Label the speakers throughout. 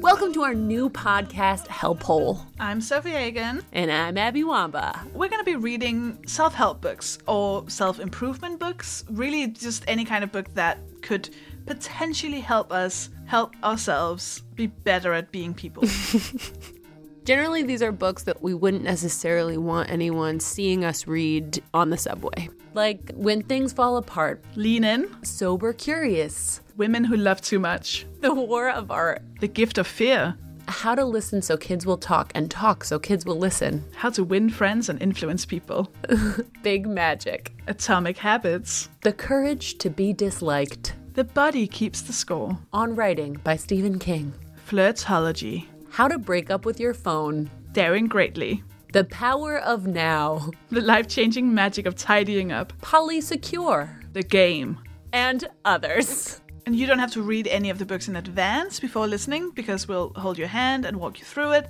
Speaker 1: Welcome to our new podcast, Help Hole.
Speaker 2: I'm Sophie Hagen.
Speaker 1: And I'm Abby Wamba.
Speaker 2: We're going to be reading self help books or self improvement books, really, just any kind of book that could potentially help us help ourselves be better at being people.
Speaker 1: Generally, these are books that we wouldn't necessarily want anyone seeing us read on the subway. Like When Things Fall Apart,
Speaker 2: Lean in,
Speaker 1: Sober Curious,
Speaker 2: Women Who Love Too Much,
Speaker 1: The War of Art,
Speaker 2: The Gift of Fear,
Speaker 1: How to Listen So Kids Will Talk, and Talk So Kids Will Listen,
Speaker 2: How to Win Friends and Influence People,
Speaker 1: Big Magic,
Speaker 2: Atomic Habits,
Speaker 1: The Courage to Be Disliked,
Speaker 2: The Body Keeps the Score,
Speaker 1: On Writing by Stephen King,
Speaker 2: Flirtology,
Speaker 1: How to Break Up with Your Phone,
Speaker 2: Daring Greatly,
Speaker 1: The Power of Now,
Speaker 2: The Life Changing Magic of Tidying Up,
Speaker 1: Polysecure,
Speaker 2: The Game,
Speaker 1: and others.
Speaker 2: And you don't have to read any of the books in advance before listening because we'll hold your hand and walk you through it.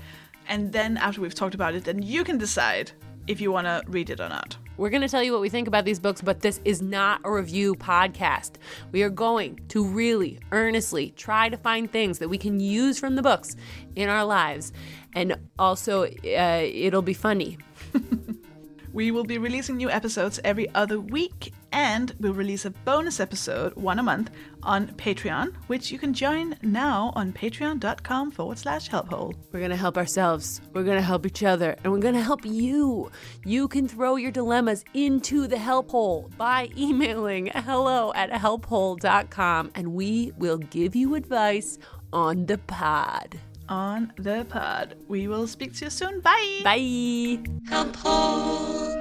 Speaker 2: And then after we've talked about it, then you can decide if you want to read it or not.
Speaker 1: We're going to tell you what we think about these books, but this is not a review podcast. We are going to really earnestly try to find things that we can use from the books in our lives. And also, uh, it'll be funny.
Speaker 2: We will be releasing new episodes every other week, and we'll release a bonus episode, one a month, on Patreon, which you can join now on patreon.com forward slash helphole.
Speaker 1: We're going to help ourselves, we're going to help each other, and we're going to help you. You can throw your dilemmas into the help hole by emailing hello at helphole.com, and we will give you advice on the pod.
Speaker 2: On the pod. We will speak to you soon. Bye!
Speaker 1: Bye.
Speaker 3: help hold.